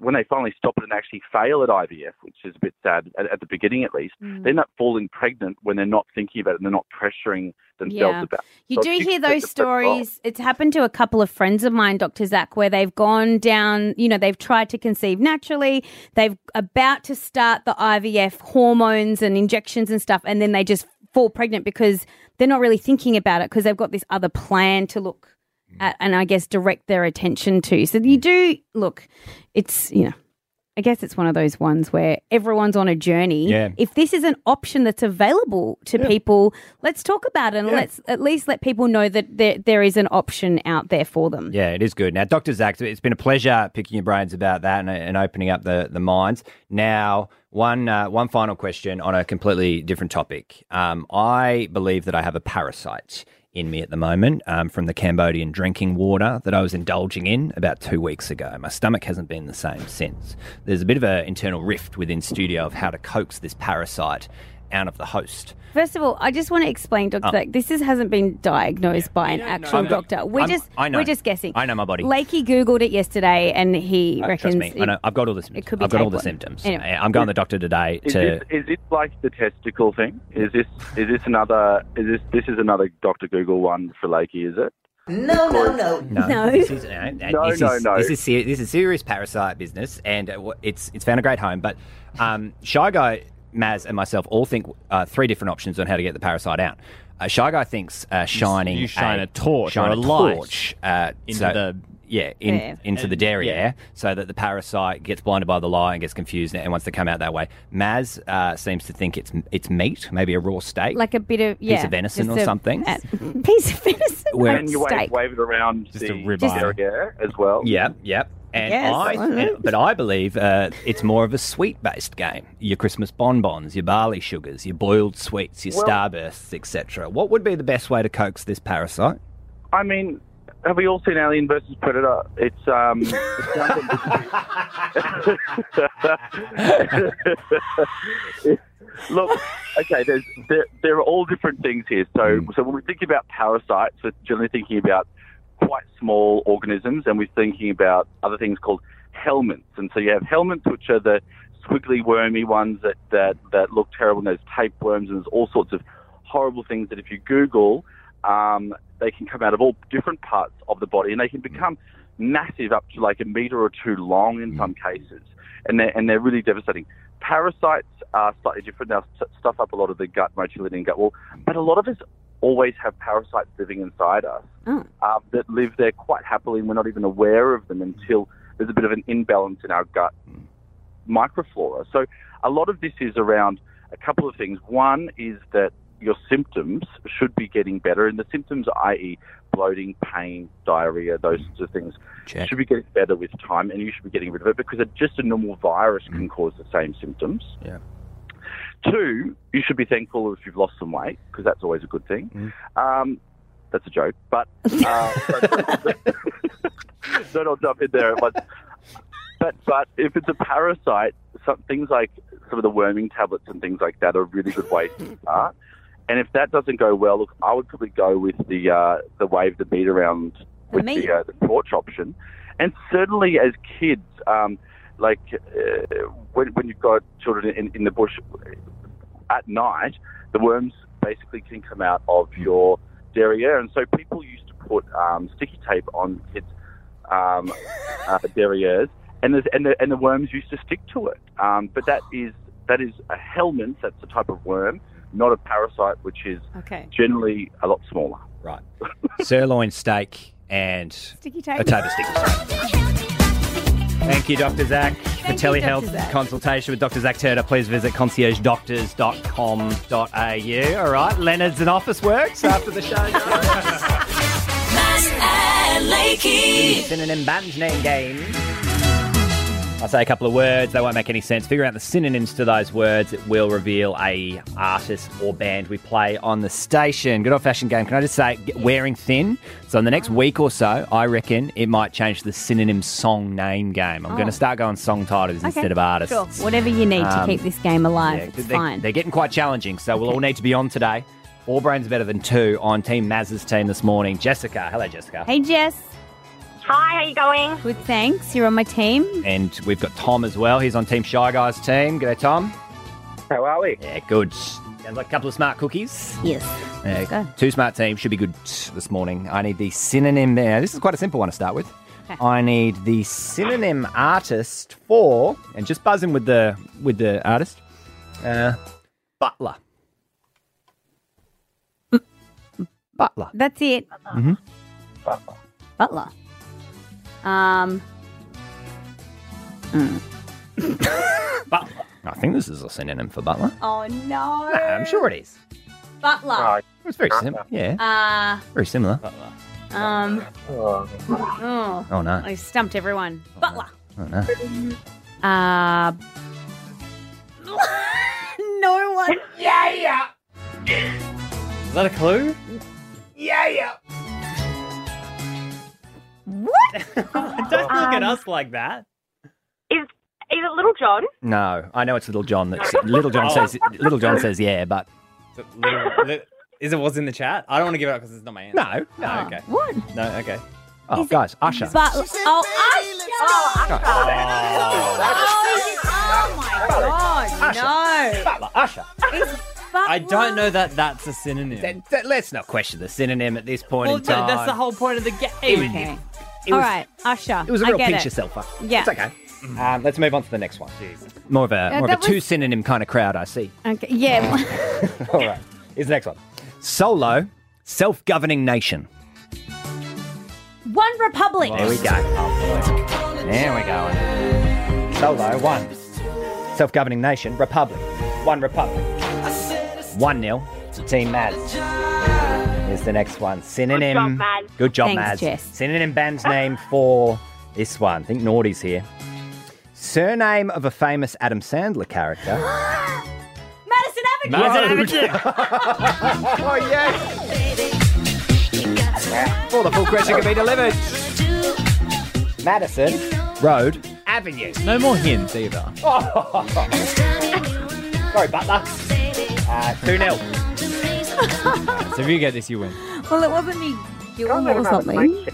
S7: when they finally stop it and actually fail at IVF, which is a bit sad at, at the beginning at least, they end up falling pregnant when they're not thinking about it and they're not pressuring themselves
S2: Yeah.
S7: about it.
S2: You
S7: So
S2: do
S7: if you
S2: hear
S7: can take
S2: those
S7: the pressure off-
S2: stories. It's happened to a couple of friends of mine, Dr. Zach, where they've gone down, you know, they've tried to conceive naturally. They've about to start the IVF hormones and injections and stuff, and then they just fall pregnant because they're not really thinking about it because they've got this other plan to look
S7: Mm.
S2: at and I guess direct their attention to. So you do look, it's, you know, I guess it's one of those ones where everyone's on a journey.
S1: Yeah.
S2: If this is an option that's available to people, let's talk about it and let's at least let people know that there, there is an option out there for them.
S1: Yeah, it is good. Now, Dr. Zach, it's been a pleasure picking your brains about that and, and opening up the, the minds. Now, one, uh, one final question on a completely different topic. Um, I believe that I have a parasite in me at the moment um, from the Cambodian drinking water that I was indulging in about two weeks ago. My stomach hasn't been the same since. There's a bit of an internal rift within studio of how to coax this parasite out of the host.
S2: First of all, I just want to explain,
S1: Ah.
S2: Dr. Zach, this is, hasn't been diagnosed by an actual
S1: know.
S2: doctor. We're
S1: I'm-
S2: just
S1: I know.
S2: we're just guessing.
S1: I know my body.
S2: Lakey Googled it yesterday and he
S1: Uh,
S2: reckons
S1: Trust me, I know, I've got all the symptoms.
S2: could be
S1: I've got all
S2: type
S1: the
S2: one.
S1: symptoms.
S2: Anyway.
S1: I'm going to the doctor today
S7: Is
S1: to.
S7: this, is this like the testicle thing? Is this is this another is this this is another Doctor Google one for Lakey? Is it?
S5: No, no, no.
S1: No,
S2: No.
S1: This is, no,
S7: No,
S1: this
S7: no,
S1: is,
S7: no.
S1: This is, ser- this is serious parasite business, and uh, wha- it's it's found a great home. But um, Shy Guy, Maz, and myself all think uh, three different options on how to get the parasite out. Uh, Shy Guy thinks uh, shining
S3: you shine a torch or a light
S1: torch, uh,
S3: into
S1: so-
S3: the-
S1: yeah, in,
S2: Yeah.
S1: into the
S3: Uh,
S1: dairy
S3: yeah.
S1: air so that the parasite gets blinded by the light and gets confused and wants to come out that way. Maz uh, seems to think it's it's meat, maybe a raw steak.
S2: like a bit of yeah,
S1: of venison
S2: just
S1: or
S2: a-
S1: something.
S2: a piece of venison
S1: Where-
S2: and
S7: And you wave,
S2: steak.
S7: wave it around
S3: Just a
S7: the
S3: ribeye.
S7: area as well.
S1: Yep, yep. And
S2: Yes,
S1: I,
S2: I know.
S1: but I believe uh, it's more of a sweet-based game. Your Christmas bonbons, your barley sugars, your boiled sweets, your starbursts, etc. What would be the best way to coax this parasite?
S7: I mean, have we all seen Alien versus Predator? It's um. it sounds a- Look, okay. There's there, there are all different things here. So so when we think about parasites, we're generally thinking about quite small organisms, and we're thinking about other things called helminths. And so you have helminths, which are the squiggly, wormy ones that that, that look terrible. And there's tapeworms, and there's all sorts of horrible things that if you Google, um, they can come out of all different parts of the body, and they can become massive, up to like a meter or two long in some cases, and they're and they're really devastating. Parasites are slightly different. They'll st- stuff up a lot of the gut motility and gut wall, but a lot of us always have parasites living inside us
S2: Oh.
S7: um, that live there quite happily, and we're not even aware of them until there's a bit of an imbalance in our gut microflora. So a lot of this is around a couple of things. One is that your symptoms should be getting better, and the symptoms, i.e., bloating, pain, diarrhea, those sorts of things,
S1: Check.
S7: should be getting better with time, and you should be getting rid of it because it- just a normal virus can cause the same symptoms.
S1: Yeah.
S7: Two, you should be thankful if you've lost some weight because that's always a good thing. Um, that's a joke, but uh, don't all jump in there at once. But but if it's a parasite, some things like some of the worming tablets and things like that are a really good way to start. And if that doesn't go well, look, I would probably go with the uh, the wave the beat around
S2: The
S7: with
S2: meat.
S7: the, uh, the torch option. And certainly as kids, um, like uh, when when you've got children in, in the bush at night, the worms basically can come out of your derriere. And so people used to put um, sticky tape on kids' um, uh, derrieres, and the, and the and the worms used to stick to it. Um, but that is that is a helminth. That's a type of worm, not a parasite, which is
S2: Okay.
S7: generally a lot smaller.
S1: Right. Sirloin steak and
S2: Sticky
S1: a
S2: tape.
S1: table stick. Thank you, Dr. Zach,
S2: Thank
S1: for
S2: you, Dr.
S1: telehealth
S2: Zach.
S1: consultation with Dr. Zach Turner. Please visit conciergedoctors.com.au. All right, Leonard's and Office Works after the show.
S5: Mass and Lakey.
S1: It's in an embangening game. I'll say a couple of words. They won't make any sense. Figure out the synonyms to those words. It will reveal a artist or band we play on the station. Good old-fashioned game. Can I just say, get wearing thin. So in the next week or so, I reckon it might change the synonym song name game. I'm
S2: Oh.
S1: going to start going song titles instead of artists.
S2: Sure. Whatever you need to
S1: Um,
S2: keep this game alive,
S1: Yeah,
S2: it's
S1: they,
S2: fine.
S1: They're getting quite challenging, so we'll all need to be on today. All brains better than two on Team Maz's team this morning. Jessica, hello, Jessica.
S2: hey, Jess.
S8: Hi, how you going?
S2: Good, thanks. You're on my team.
S1: And we've got Tom as well. He's on Team Shy Guys team. G'day, Tom.
S7: How are we?
S1: Yeah, good. Sounds like a couple of smart cookies.
S2: Yes.
S1: Yeah,
S2: go.
S1: Two smart teams should be good this morning. I need the synonym there. This is quite a simple one to start with. I need the synonym artist for, and just buzz in with the with the artist. Uh, butler. Butler.
S2: That's it.
S8: Mm-hmm.
S2: Butler. Butler. Um. mm.
S1: But I think this is a synonym for butler.
S2: Oh no.
S1: I'm sure it is.
S2: Butler.
S1: It's very similar. Yeah,
S2: Uh,
S1: very similar.
S2: um. Oh,
S1: Oh no.
S2: I stumped everyone. Butler.
S1: Oh no.
S2: Uh. no one.
S3: Is that a clue?
S2: What?
S3: Don't look at us like that.
S8: Is is it Little John?
S1: No, I know it's Little John. That Little John
S3: Oh.
S1: says. Little John says yeah, but
S3: Is it little- li- Is it what's in the chat? I don't want to give it up because it's not my answer.
S1: no.
S3: No,
S2: Oh.
S3: okay.
S2: What?
S3: No, okay.
S1: Oh, guys, Usher.
S2: Butler. Oh, Usher.
S3: Oh,
S2: Oh, oh my God. No.
S1: Butler, Usher.
S2: It's Butler.
S3: I don't know that that's a synonym.
S1: Then- then let's not question the synonym at this point
S3: Well,
S1: in time.
S3: no, that's the whole point of the game.
S2: Okay.
S1: It
S2: All
S1: was-
S2: right, Usher.
S1: It was a
S2: I
S1: real
S2: get
S1: pinch
S2: it.
S1: yourself up.
S2: Yeah.
S1: It's okay. Um, let's move on to the next one.
S3: Jeez.
S1: More of a, more of a
S2: that was-
S1: two synonym kind of crowd, I see.
S2: Okay. Yeah.
S1: All right. Here's the next one Solo, self governing nation.
S2: One Republic.
S1: There we go. There we go. Solo, one. Self governing nation, republic. One republic. One nil to Team Mads. Here's the next one. Synonym.
S8: Good job, Mads.
S1: Good job,
S2: Thanks,
S1: Mads.
S2: Jess.
S1: Synonym band's name for this one. I think Naughty's here. Surname of a famous Adam Sandler character.
S2: Madison Avenue.
S1: Oh, yes. For the full question can be delivered. Madison Road Avenue.
S3: No more hints either.
S1: Sorry, Butler. Uh, 2 0.
S3: So if you get this, you win.
S2: Well, it wasn't me. Gilmore or something.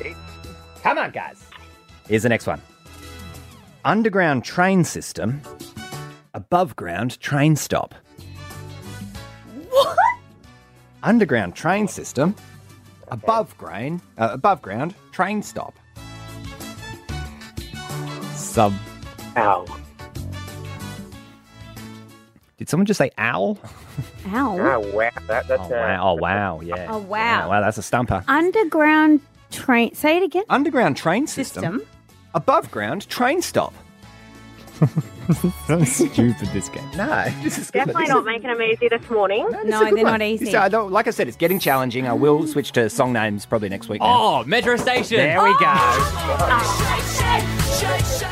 S1: Come on, guys. Here's the next one Underground train system, above ground train stop.
S2: What?
S1: Underground train system, above grain, uh, above ground train stop.
S3: Sub.
S4: Ow.
S1: Did someone just say owl?
S2: Ow.
S4: Oh, wow. That, that's
S1: Oh,
S4: uh,
S1: wow. Oh, wow. Yeah.
S2: Oh, wow.
S1: Wow, that's a stumper.
S2: Underground train. Say it again.
S1: Underground train
S2: System.
S1: above ground train stop.
S3: So stupid this game.
S1: No, this is good.
S8: Definitely
S1: This is-
S8: not making them easy this morning.
S1: this is
S2: No,
S1: a good
S2: they're
S1: one.
S2: not easy.
S1: This- I don't- like I said, it's getting challenging. I will switch to song names probably next week. now.
S3: Oh, Metro Station.
S1: there we
S2: Oh.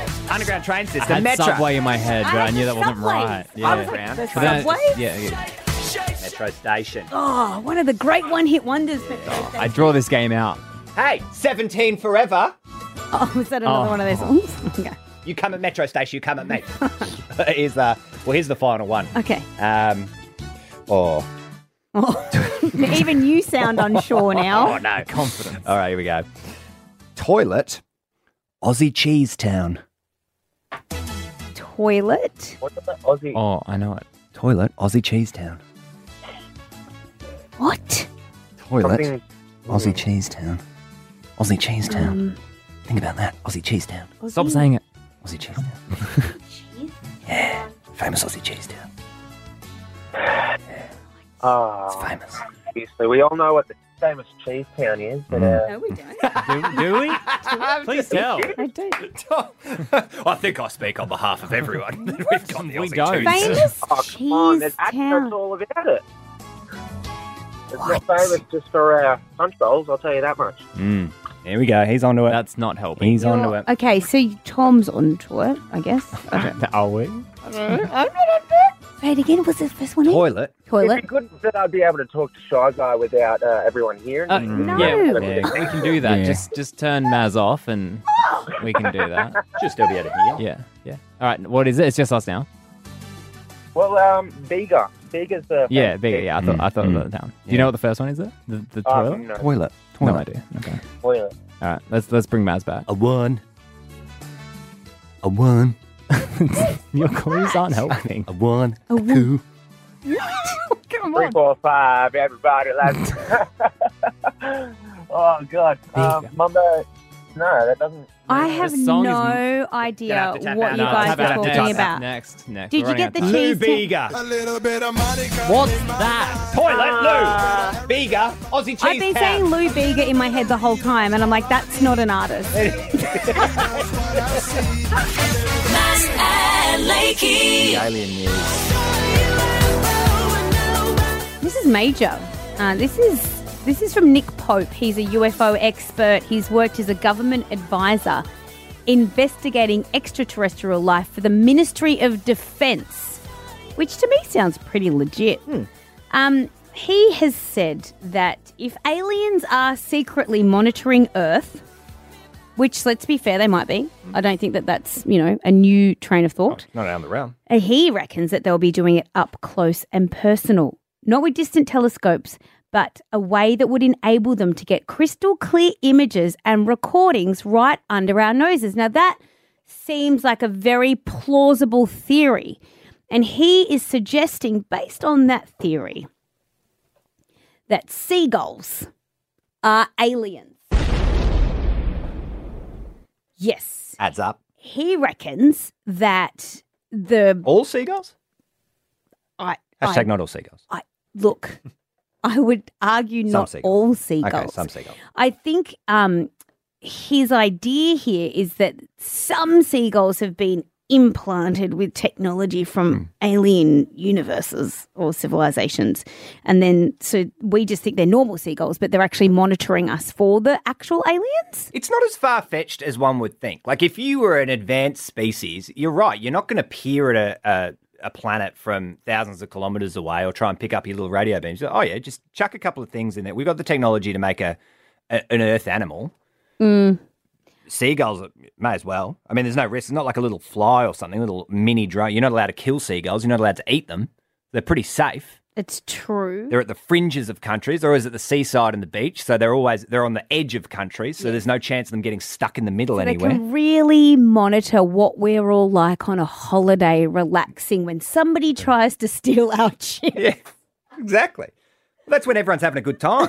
S1: go. Underground train
S3: I
S1: system.
S3: had
S1: Metro.
S3: Subway in my head, but I,
S2: had
S3: knew that wasn't
S2: Subways.
S3: right.
S2: I
S3: Yeah.
S2: was like, the
S3: But then-
S2: Subway?
S3: yeah, yeah.
S1: Metro station.
S2: Oh, one of the great one-hit wonders. Oh,
S3: I draw this game out.
S1: Hey, 17 forever.
S2: oh was that another
S3: Oh.
S2: one of those? Oops. okay.
S1: You come at Metro station, you come at me. here's the, well, here's the final one.
S2: Okay.
S1: Um, oh,
S2: Even you sound unsure now.
S1: oh no. Confidence. All right, here we go. Toilet, Aussie Cheese Town.
S2: Toilet.
S4: What's the Aussie?
S3: Oh, I know it.
S1: Toilet, Aussie Cheese Town.
S2: What?
S1: Toilet.
S4: Something-
S1: Aussie Cheese Town. Aussie Cheese
S2: Um,
S1: Town. Think about that. Aussie Cheese Town.
S3: Stop saying it.
S1: Aussie Cheese Town. yeah. Famous Aussie Cheese Town.
S4: Oh,
S1: Famous.
S4: obviously. We all know what the famous cheese town is, but uh,
S2: No, we don't.
S3: Do, do we? Please tell.
S2: I don't.
S1: I think I speak on behalf of everyone. We've got the
S3: We don't.
S2: Famous
S4: oh, come on,
S2: cheese
S4: there's adverts
S2: town.
S4: all about it. It's not famous just for uh, punch bowls, I'll tell you that much.
S1: Mm. There we go. He's onto it.
S3: That's not helping.
S1: He's onto it.
S2: Okay, so Tom's onto it, I guess. I don't-
S3: Are we?
S2: Say it again. What's the first one? in?
S1: Toilet.
S4: It'd
S2: Toilet.
S4: be good that I'd be able to talk to Shy Guy without uh, everyone here.
S3: Uh,
S2: No.
S3: Yeah,
S1: Yeah.
S3: we can do that.
S1: Yeah.
S3: Just just turn Maz off and we can do that.
S1: Just to be able to hear.
S3: Yeah, yeah. All right, what is it? It's just us now.
S4: Well, um, Bega. Bega's the.
S3: Yeah,
S4: famous
S3: bigger.
S4: cheese
S3: Yeah, I thought I thought
S1: Mm,
S3: that down. Do you know what the first one is? There? The the
S2: Uh,
S4: town.
S3: toilet.
S4: no,
S1: Toilet.
S3: no idea. Okay.
S4: toilet.
S3: All right, let's let's bring Maz back.
S1: A one. A one.
S3: Your clues aren't helping.
S1: A one.
S2: A one.
S1: two.
S2: Come
S4: Three,
S2: on.
S4: four, five. Everybody loves. oh God, um, Mumbo. No, that doesn't.
S2: I have
S3: This song is-
S2: no
S1: Gonna
S2: idea
S1: have to
S2: what
S1: tap
S2: you
S1: out. No,
S2: guys
S1: tap
S2: are
S1: out, tap out,
S2: talking about.
S3: Next, next.
S2: Did
S3: We're
S2: you
S3: running
S2: get the
S3: out of
S1: Lou
S2: cheese? town?
S1: Bega.
S3: time. What's that?
S1: Toilet. Lou. Bega. Aussie Cheese
S2: I've been
S1: Town.
S2: saying Lou Bega in my head the whole time, and I'm like, that's not an artist.
S5: Mass and Blakey.
S1: Alien news.
S2: This is major. Uh, this is this is from Nick Pope. He's a UFO expert. He's worked as a government advisor investigating extraterrestrial life for the Ministry of Defense, which to me sounds pretty legit. Um, he has said that if aliens are secretly monitoring Earth, which let's be fair, they might be. I don't think that that's you know a new train of thought.
S1: Not around the round.
S2: And Uh, he reckons that they'll be doing it up close and personal, not with distant telescopes, but a way that would enable them to get crystal clear images and recordings right under our noses. Now, that seems like a very plausible theory. And he is suggesting, based on that theory, that seagulls are aliens. Yes.
S1: Adds up.
S2: He reckons that the
S1: All seagulls?
S2: I,
S1: Hashtag
S2: I,
S1: not all seagulls.
S2: I look. I would argue
S1: Some
S2: not
S1: seagulls.
S2: all seagulls.
S1: Okay, some seagulls.
S2: I think um, his idea here is that some seagulls have been implanted with technology from
S1: Hmm.
S2: alien universes or civilizations. And then, so we just think they're normal seagulls, but they're actually monitoring us for the actual aliens.
S1: It's not as far fetched as one would think. Like, if you were an advanced species, you're right. You're not going to peer at a, a, a planet from thousands of kilometers away or try and pick up your little radio beams. Oh, yeah, just chuck a couple of things in there. We've got the technology to make a, a an Earth animal. Seagulls may as well. I mean, there's no risk. It's not like a little fly or something, a little mini drone. You're not allowed to kill seagulls. You're not allowed to eat them. They're pretty safe.
S2: It's true.
S1: They're at the fringes of countries. They're always at the seaside and the beach, so they're always they're on the edge of countries. So there's no chance of them getting stuck in the middle
S2: They
S1: anywhere.
S2: can really monitor what we're all like on a holiday, relaxing when somebody tries to steal our chip.
S1: Yeah, exactly. That's when everyone's having a good time.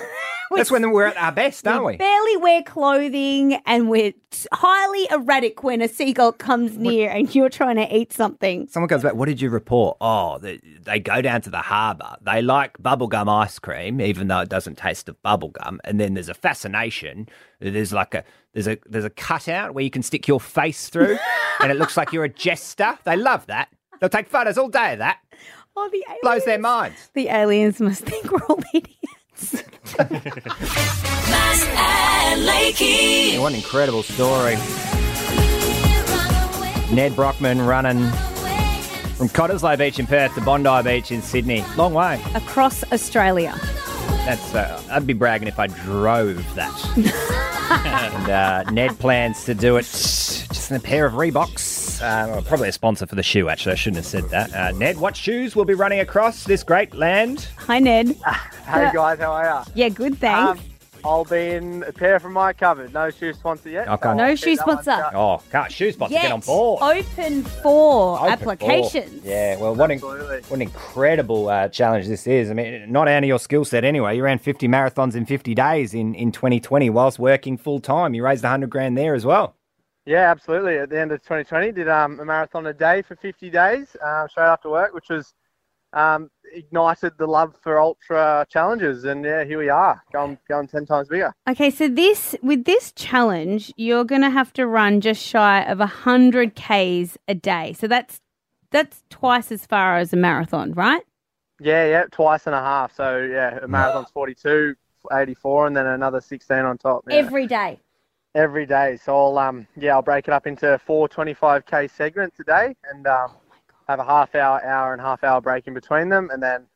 S1: That's when we're at our best, aren't we?
S2: barely wear clothing and we're t- highly erratic when a seagull comes near and you're trying to eat something.
S1: Someone comes back. What did you report? Oh, they, they go down to the harbour. They like bubblegum ice cream, even though it doesn't taste of bubblegum. And then there's a fascination. There's like a there's a there's a cutout where you can stick your face through, and it looks like you're a jester. They love that. They'll take photos all day of that.
S2: Oh, the aliens.
S1: Blows their minds.
S2: The aliens must think we're all idiots.
S5: Mass and Blakey.
S1: What an incredible story. Ned Brockman running from Cottesloe Beach in Perth to Bondi Beach in Sydney. Long way.
S2: Across Australia.
S1: That's uh, I'd be bragging if I drove that. and uh, Ned plans to do it just in a pair of Reeboks. Uh, well, probably a sponsor for the shoe, actually. I shouldn't have said that. Uh, Ned, what shoes will be running across this great land?
S2: Hi, Ned.
S4: Hey guys, how are you?
S2: Yeah, good, thanks.
S4: I'll be in a pair from my cupboard. No shoe sponsor yet.
S1: Okay.
S2: no
S1: I'll
S2: shoe sponsor.
S1: Oh, can't shoe spots
S2: Yet
S1: get on board.
S2: open for
S1: Open
S2: applications.
S1: board. Yeah, well, what, an-
S4: Absolutely.
S1: what an incredible uh, challenge this is. I mean, not out of your skill set anyway. You ran 50 marathons in 50 days in, in 2020 whilst working full time. You raised 100 grand there as well.
S4: Yeah, absolutely. At the end of 2020, did um, a marathon a day for 50 days um, straight after work, which was um, ignited the love for ultra challenges. And yeah, here we are, going going 10 times bigger.
S2: Okay, so this with this challenge, you're gonna have to run just shy of hundred k's a day. So that's that's twice as far as a marathon, right?
S4: Yeah, yeah, twice and a half. So yeah, a marathon's 42, 84, and then another 16 on top. yeah.
S2: Every day.
S4: every day. So I'll um yeah I'll break it up into four 25k segments a day and um, have a half hour, hour and half hour break in between them, and then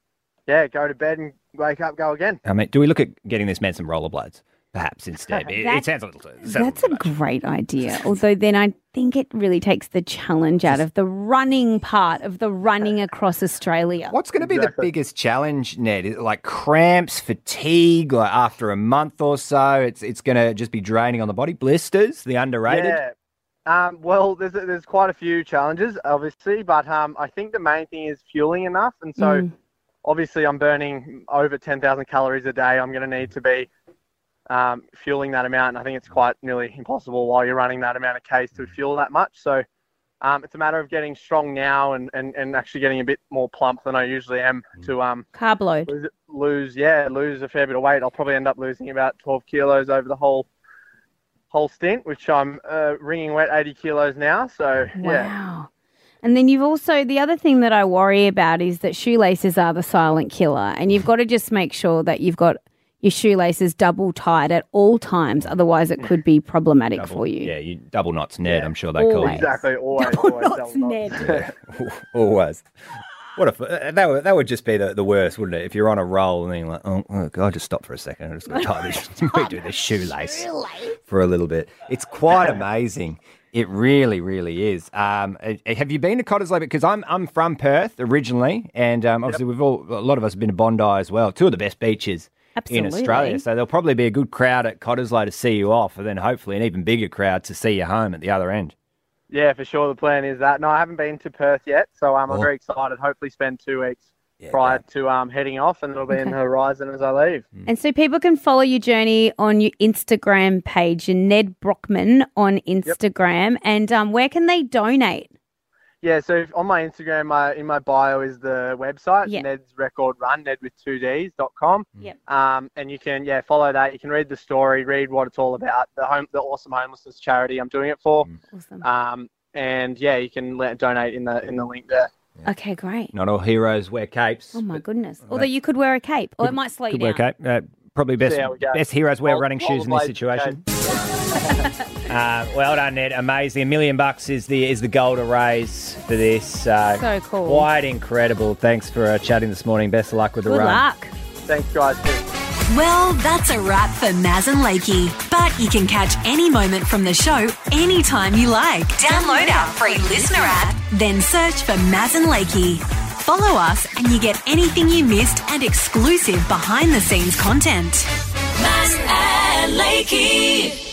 S4: yeah go to bed and wake up, go again.
S1: I mean, do we look at getting this man some rollerblades perhaps instead? it,
S2: That-
S1: it sounds a little. it sounds
S2: That's a great idea. Although then I think it really takes the challenge out of the running part of the running across Australia.
S1: What's going to be the biggest challenge, Ned? Is it like cramps, fatigue, like after a month or so? It's it's going to just be draining on the body. Blisters, the underrated.
S4: Yeah. Um, well, there's there's quite a few challenges, obviously, but um, I think the main thing is fueling enough, and so
S2: Mm.
S4: obviously I'm burning over 10,000 calories a day. I'm going to need to be um, fueling that amount, and I think it's quite nearly impossible while you're running that amount of k's to fuel that much. So um, it's a matter of getting strong now and, and, and actually getting a bit more plump than I usually am to um,
S2: Carb load.
S4: lose, lose yeah lose a fair bit of weight i'll probably end up losing about 12 kilos over the whole whole stint which i'm uh, ringing wet 80 kilos now so yeah
S2: Wow. And then you've also, the other thing that I worry about is that shoelaces are the silent killer. And you've got to just make sure that you've got your shoelaces double tied at all times. Otherwise, it could be problematic for you.
S1: Yeah, you double knots Ned, I'm sure they call
S2: Always.
S1: you.
S4: Exactly. Always.
S2: Double
S4: always
S2: knots, Ned.
S1: Always. What if that would, that would just be the, the worst, wouldn't it? If you're on a roll and then you're like, oh, oh God, I'll just stop for a second. I'm just going to tie this, redo this shoelace for a little bit. It's quite amazing. It really, really is. Um, uh, have you been to Cottersley? Because I'm I'm from Perth originally, and um, obviously we've all a lot of us have been to Bondi as well. Two of the best beaches in Australia,
S2: Absolutely.
S1: so there'll probably be a good crowd at Cottersley to see you off, and then hopefully an even bigger crowd to see you home at the other end.
S4: Yeah, for sure. The plan is that. No, I haven't been to Perth yet, so um, I'm
S1: Oh.
S4: very excited. Hopefully, spend two weeks
S1: Yeah,
S4: prior to um, heading off, and it'll be in the horizon as I leave.
S2: And so people can follow your journey on your Instagram page, your Ned Brockman on Instagram. And um, where can they donate?
S4: Yeah, so if, on my Instagram, my in my bio is the website
S2: Yeah. Mm.
S4: Ned's Record Run, Ned with two D's dot com.
S2: Yep.
S4: Um, and you can yeah follow that. You can read the story, read what it's all about. The home, the awesome homelessness charity I'm doing it for.
S2: Awesome.
S4: Um, and yeah, you can let, donate in the in the link there.
S2: Okay, great.
S1: Not all heroes wear capes.
S2: Oh my goodness. Although you could wear a cape, or it might slow you
S1: Could
S2: down.
S1: wear cape. Uh, probably best
S4: See how we go.
S1: best heroes wear
S4: All-
S1: running
S4: all
S1: shoes
S4: the
S1: in this
S4: blades are
S1: situation. uh, well done, Ned. Amazing. A million bucks is the is the goal to raise for this. Uh,
S2: So cool.
S1: Quite incredible. Thanks for uh, chatting this morning. Best of luck with the
S2: Good
S1: run.
S2: luck.
S4: Thanks, guys. Cheers.
S5: Well, that's a wrap for Maz and Lakey. But you can catch any moment from the show anytime you like. Download our free listener app, then search for Maz and Lakey. Follow us and you get anything you missed and exclusive behind the scenes content. Maz and Lakey.